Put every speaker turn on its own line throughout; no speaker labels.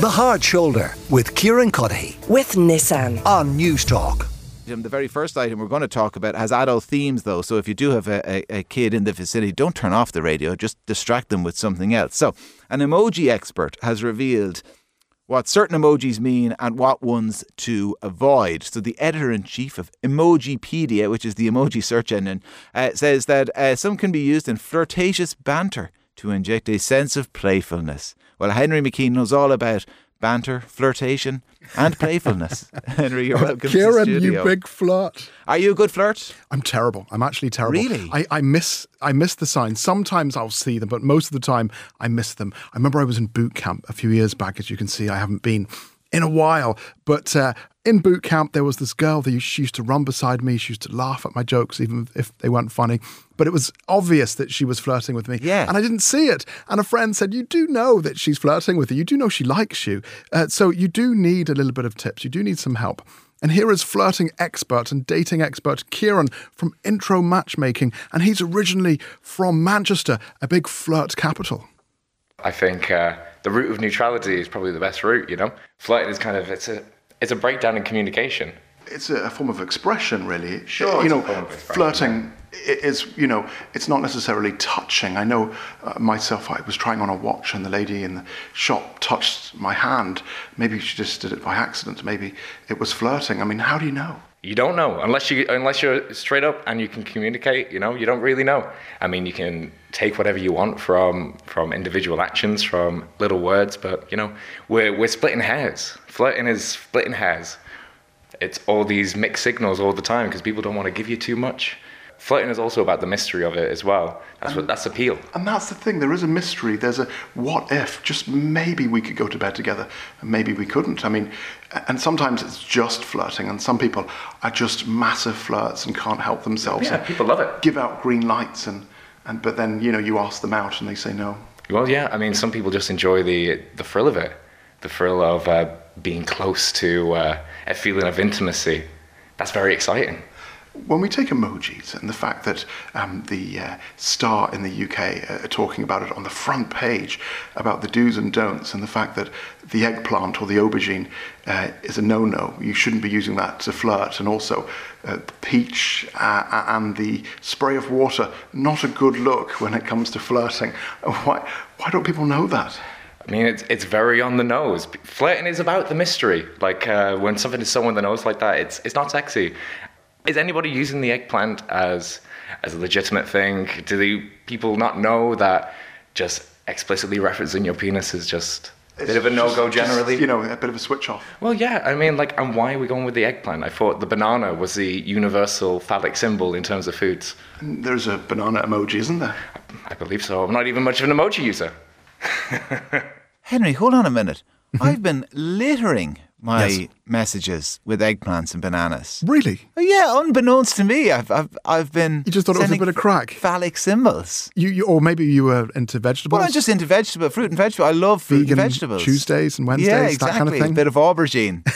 The Hard Shoulder with Kieran Cuddy
with Nissan.
on News Talk.
item, the very first item we're going to talk about has adult themes, though. So if you do have a, a, a kid in the vicinity, don't turn off the radio, just distract them with something else. So, an emoji expert has revealed what certain emojis mean and what ones to avoid. So, the editor in chief of Emojipedia, which is the emoji search engine, uh, says that uh, some can be used in flirtatious banter to inject a sense of playfulness. Well, Henry McKean knows all about banter, flirtation, and playfulness. Henry, you're welcome to the
Kieran,
studio.
you big flirt.
Are you a good flirt?
I'm terrible. I'm actually terrible.
Really?
I, I miss I miss the signs. Sometimes I'll see them, but most of the time I miss them. I remember I was in boot camp a few years back, as you can see. I haven't been in a while, but uh, in boot camp there was this girl that she used to run beside me. She used to laugh at my jokes, even if they weren't funny. But it was obvious that she was flirting with me.
Yeah.
And I didn't see it. And a friend said, You do know that she's flirting with you. You do know she likes you. Uh, so you do need a little bit of tips. You do need some help. And here is flirting expert and dating expert Kieran from Intro Matchmaking. And he's originally from Manchester, a big flirt capital.
I think uh, the route of neutrality is probably the best route. You know, flirting is kind of it's a it's a breakdown in communication.
it's a, a form of expression, really.
Sure,
you
it's a
know,
form of expression.
flirting i- is, you know, it's not necessarily touching. I know uh, myself. I was trying on a watch, and the lady in the shop touched my hand. Maybe she just did it by accident. Maybe it was flirting. I mean, how do you know?
You don't know unless you unless you're straight up and you can communicate. You know, you don't really know. I mean, you can take whatever you want from from individual actions, from little words, but you know, we're we're splitting hairs. Flirting is splitting hairs. It's all these mixed signals all the time because people don't want to give you too much. Flirting is also about the mystery of it as well. That's what that's appeal.
And that's the thing. There is a mystery. There's a what if. Just maybe we could go to bed together, and maybe we couldn't. I mean, a- and sometimes it's just flirting, and some people are just massive flirts and can't help themselves.
Yeah,
and
people love it.
Give out green lights, and, and but then you know you ask them out, and they say no.
Well, yeah. I mean, some people just enjoy the the thrill of it, the thrill of uh, being close to uh, a feeling of intimacy. That's very exciting.
When we take emojis and the fact that um, the uh, Star in the UK uh, are talking about it on the front page about the do's and don'ts, and the fact that the eggplant or the aubergine uh, is a no no, you shouldn't be using that to flirt, and also uh, the peach uh, and the spray of water, not a good look when it comes to flirting. Why, why don't people know that?
I mean, it's it's very on the nose. Flirting is about the mystery. Like uh, when something is so on the nose like that, it's it's not sexy. Is anybody using the eggplant as as a legitimate thing? Do the people not know that just explicitly referencing your penis is just a bit of a no
Just-
go
just,
generally?
you know, a bit of a switch off.
Well, yeah, I mean, like, and why are we going with the eggplant? I thought the banana was the universal phallic symbol in terms of foods.
There's a banana emoji, isn't there?
I believe so. I'm not even much of an emoji user.
Henry, hold on a minute.
Mm-hmm.
I've been littering my messages with eggplants and bananas.
Really?
Oh, yeah, unbeknownst to me, I've I've, I've been.
You just thought it was a
sending
bit of crack?
Phallic symbols.
You, you Or maybe you were into vegetables?
Well, I'm just into vegetable, fruit and vegetable. I love fruit
Vegan
and vegetables.
Tuesdays and Wednesdays,
yeah,
that kind of
exactly.
thing?
A bit of aubergine.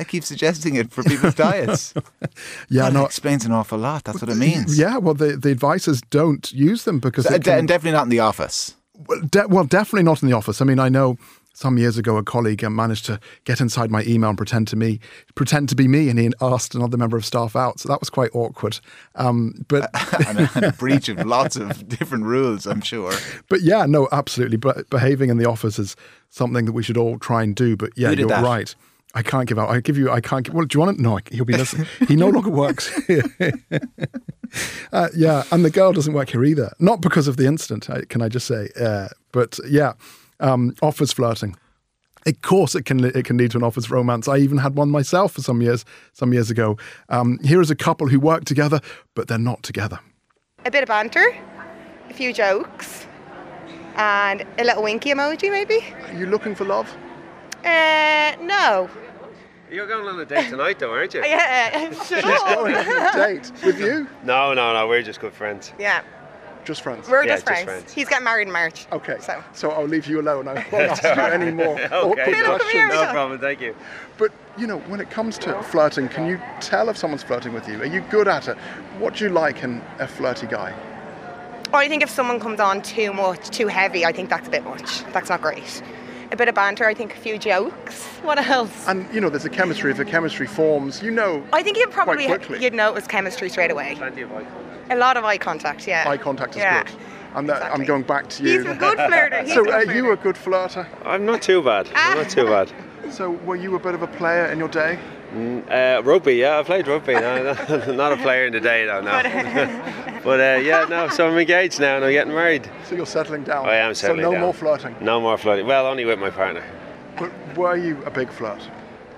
I keep suggesting it for people's diets.
yeah,
that
no.
explains an awful lot. That's what it means.
Yeah, well, the, the advice is don't use them because
Uh,
it
de-
can-
and definitely not in the office.
Well, de- well, definitely not in the office. I mean, I know some years ago a colleague uh, managed to get inside my email and pretend to me, pretend to be me, and he asked another member of staff out. So that was quite awkward. Um, but
and a, and a breach of lots of different rules, I'm sure.
but yeah, no, absolutely. But behaving in the office is something that we should all try and do. But yeah,
Who did
you're
that?
right. I can't give out. I give you. I can't give. Well, do you want it? No, I- he'll be listening. he no longer works here. uh, yeah, and the girl doesn't work here either. Not because of the incident. I, can I just say? Uh, but yeah, um, office flirting. Of course, it can it can lead to an office romance. I even had one myself for some years some years ago. Um, here is a couple who work together, but they're not together.
a bit of banter, a few jokes, and a little winky emoji maybe.
Are you looking for love?
Uh, no.
You're going on a date tonight, though, aren't you?
Yeah,
Oh,
sure.
Date with you?
No, no, no. We're just good friends.
yeah,
Just friends.
we're
Yeah,
just, friends.
just friends.
He's getting married in March.
Okay.
So.
I'll leave you alone. I won't ask you any more awkward
Little come here,
questions.
No problem. Thank you.
But you know, when it comes to flirting, can you tell if someone's flirting with you? Are you good at it? What do you like in a flirty guy?
Oh, Or I think if someone comes on too much, too heavy, I think that's a bit much. That's not great. a bit of banter, I think a few jokes. What else?
And you know, there's a chemistry. If the chemistry forms, you know,
I think you'd probably
quite quickly.
you'd know it was chemistry straight away.
Plenty of eye contact.
A lot of eye contact, yeah.
eye contact is
yeah.
good. And that,
exactly.
I'm going back to you.
He's a good flirter. He's a
so
good
are
flirter.
you a good flirter?
I'm not too bad. I'm not too bad.
Ah.
So were you a bit of a player in your day?
Uh, rugby, yeah, I played rugby. No, no, not a player in the day, though, no. but uh, yeah, no, so I'm engaged now and I'm getting married.
So you're settling down.
I am settling
So no
down.
more flirting.
No more flirting. Well, only with my partner.
But were you a big flirt?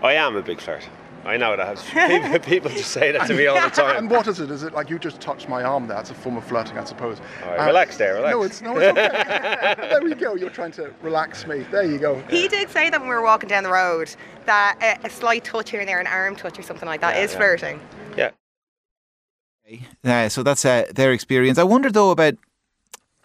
I am a big flirt. I know that. People, people just say that to me all the time.
And what is it? Is it like you just touched my arm there? It's a form of flirting, I suppose. Uh,
All right, relax there, relax.
No, it's, no, it's okay. there we go. You're trying to relax me. There you go.
He did say that when we were walking down the road that a, a slight touch here and there, an arm touch or something like that, is
yeah.
flirting.
Yeah.
Uh, so that's uh, their experience. I wonder though about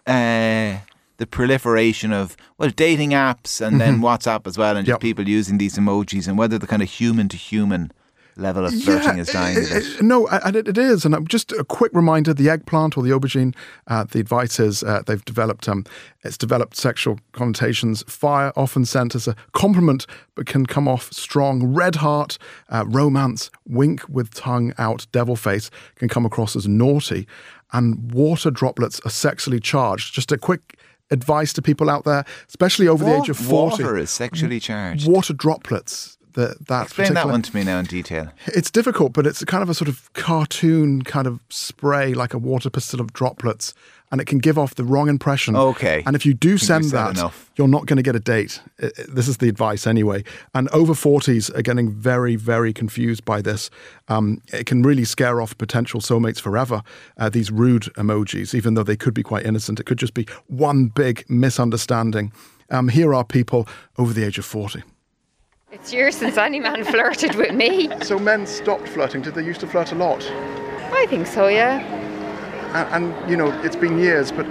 uh, the proliferation of well dating apps and then WhatsApp as well, and just
Mm-hmm. Yep.
people using these emojis, and whether the kind of human to human level of flirting is dying. a
it-
bit.
it- eh, No, I- and it, it is. And um, just a quick reminder: the eggplant or the aubergine. Uh, the advice is uh, they've developed. Um, it's developed sexual connotations. Fire often sent as a compliment, but can come off strong. Red heart, uh, romance, wink with tongue out, devil face can come across as naughty. And water droplets are sexually charged. Just a quick advice to people out there, especially over the age of forty.
Water is sexually charged.
Water droplets. That, that
Explain that
particular-
one to me now in detail.
it's difficult, but it's kind of a sort of cartoon kind of spray, like a water pistol of droplets, and it can give off the wrong impression.
Okay.
And if you do
think
send
we said
that,
enough.
you're not going to get a date. I- I- This is the advice anyway. And over 40s are getting very, very confused by this. Um, it can really scare off potential soulmates forever, uh, these rude emojis, even though they could be quite innocent. It could just be one big misunderstanding. Um, here are people over the age of 40.
It's years since any man flirted with me.
So men stopped flirting. Did they used to flirt a lot?
I think so, yeah.
And, and you know, it's been years, but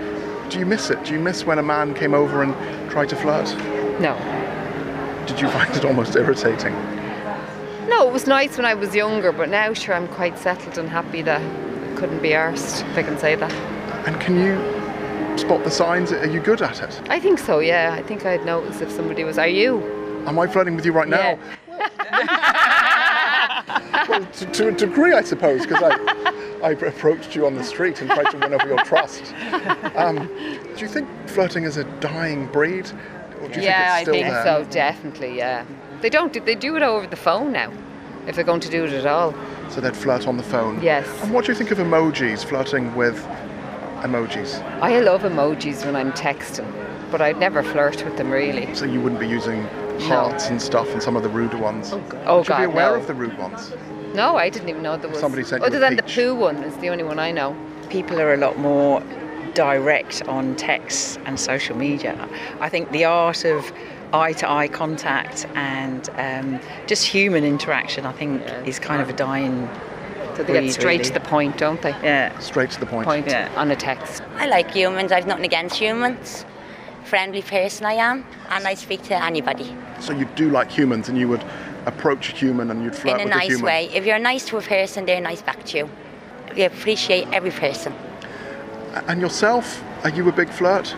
do you miss it? Do you miss when a man came over and tried to flirt?
No.
Did you find it almost irritating?
No, it was nice when I was younger, but now sure I'm quite settled and happy that I couldn't be arsed, if I can say that.
And can you spot the signs? Are you good at it?
I think so, yeah. I think I'd notice if somebody was are you?
Am I flirting with you right now? well, to, to a degree, I suppose, because I, I approached you on the street and tried to win over your trust. Um, do you think flirting is a dying breed? Or do you
yeah, I
think it's still
think
there?
so, definitely, yeah. They don't they do it over the phone now. If they're going to do it at all.
So they'd flirt on the phone.
Yes.
And what do you think of emojis, flirting with emojis?
I love emojis when I'm texting, but I'd never flirt with them really.
So you wouldn't be using hearts and stuff and some of the ruder ones. Oh,
God. Oh,
should be
God,
aware
no.
of the rude ones.
No, I didn't even know there was
Somebody sent you
other
a
than
peach.
the poo one is the only one I know.
people are a lot more direct on texts and social media. I think the art of eye to eye contact and um, just human interaction, I think, is kind of a dying.
So they get
breed,
straight to
really.
the point, don't they?
Yeah.
Straight to the point.
Point
Yeah.
on a text.
I like humans. I've nothing against humans. Friendly person I am, and I speak to anybody
So you do like humans and you would approach a human and you'd
in
flirt
a
with a
nice
human.
way. If you're nice to a person, they're nice back to you. We appreciate every person.
And yourself, are you a big flirt?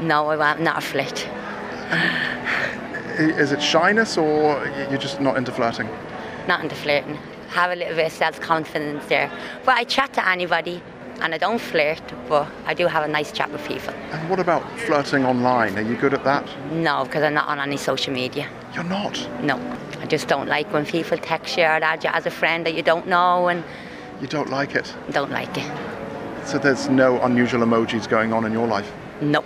No, I'm not a flirt.
I- Is it shyness or y- you're just not into flirting?
Not into flirting. Have a little bit of self-confidence there. But I chat to anybody, and I don't flirt, but I do have a nice chat with people.
And what about flirting online? Are you good at that?
No, because I'm not on any social media.
You're not.
No, I just don't like when people text you or add you as a friend that you don't know, and
You don't like it.
don't like it.
So there's no unusual emojis going on in your life.
No.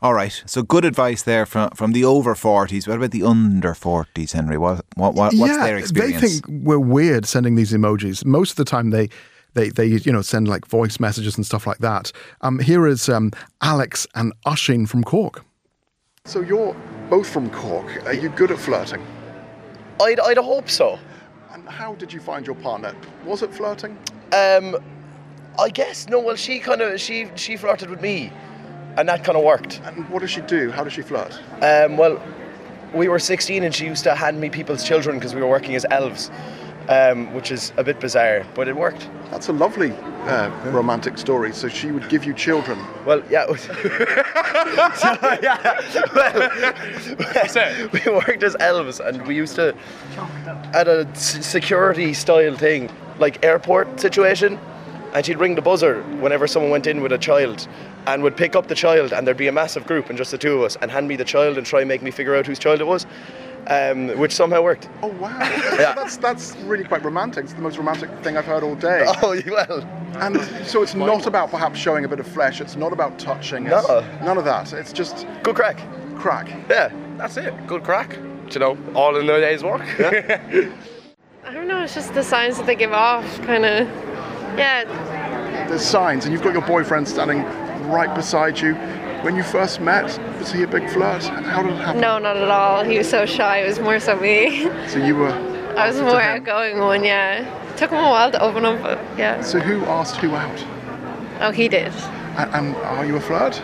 All right. So good advice there from from the over forties. What about the under forties, Henry? What what, what what's their experience?
They think we're weird sending these emojis. Most of the time, they they they you know send like voice messages and stuff like that. Um, here is um, Alex and Ushing from Cork.
So you're both from Cork. Are you good at flirting?
I'd, I'd hope so.
And how did you find your partner? Was it flirting?
Um, I guess no. Well, she kind of she she flirted with me, and that kind of worked.
And what does she do? How does she flirt?
Um, well, we were 16, and she used to hand me people's children because we were working as elves.
um, which is a bit bizarre, but it worked.
That's a lovely uh, romantic story. So she would give you children.
Well, yeah. so, yeah. Well, we worked as elves, and we used to at a s- security style thing, like airport situation, and she'd ring the buzzer whenever someone went in with a child, and would pick up the child, and there'd be a massive group and just the two of us, and hand me the child and try and make me figure out whose child it was, um, which somehow worked.
Oh wow!
Yeah.
that's that's really quite romantic. It's the most romantic thing I've heard all day.
Oh well.
And so it's not about perhaps showing a bit of flesh. It's not about touching. It's
No.
None of that. It's just
good crack.
Crack.
Yeah, that's it. Good crack. You know, all in a day's work.
I don't know. It's just the signs that they give off, kind of. Yeah.
There's signs, and you've got your boyfriend standing right beside you. When you first met, was he a big flirt? How did it happen?
No, not at all. He was so shy. It was more so me.
So you were.
I was a more outgoing one. Yeah. Took him a while to open up, but yeah.
So who asked who out?
Oh, he did.
And, and are you a flirt?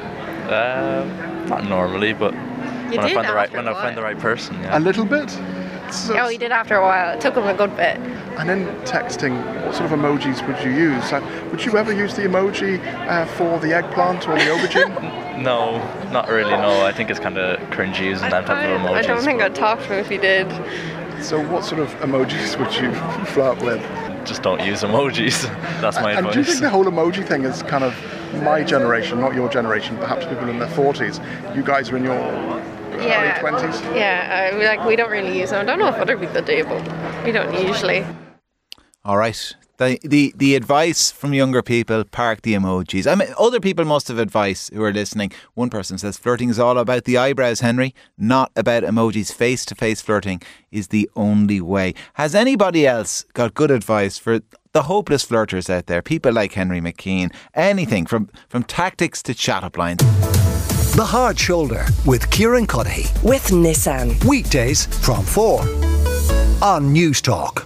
Um, not normally, but
You
when I
did
find the right
after
when
a
I find the right person, yeah.
A little bit. So-
oh, he did after a while. It took him a good bit.
And then texting, what sort of emojis would you use? Like, would you ever use the emoji uh, for the eggplant or the aubergine?
No, not really. No, I think it's kind of cringy using that type of emojis.
I don't think
but
I'd talk to him if he did.
so, what sort of emojis would you flirt with?
just don't use emojis. That's my
and do you
advice.
think the whole emoji thing is kind of my generation, not your generation, perhaps people in their 40s? You guys are in your
Yeah.
early 20s?
Yeah. I, like we don't really use them. I don't know if other people do, but we don't usually.
All right. The, the the advice from younger people: park the emojis. I mean, other people must have advice who are listening. One person says flirting is all about the eyebrows, Henry, not about emojis. Face to face flirting is the only way. Has anybody else got good advice for the hopeless flirters out there? People like Henry McKean. Anything from from tactics to chat up lines.
The Hard Shoulder with Kieran Cuddihy.
With Nissan.
Weekdays from 4 on News Talk.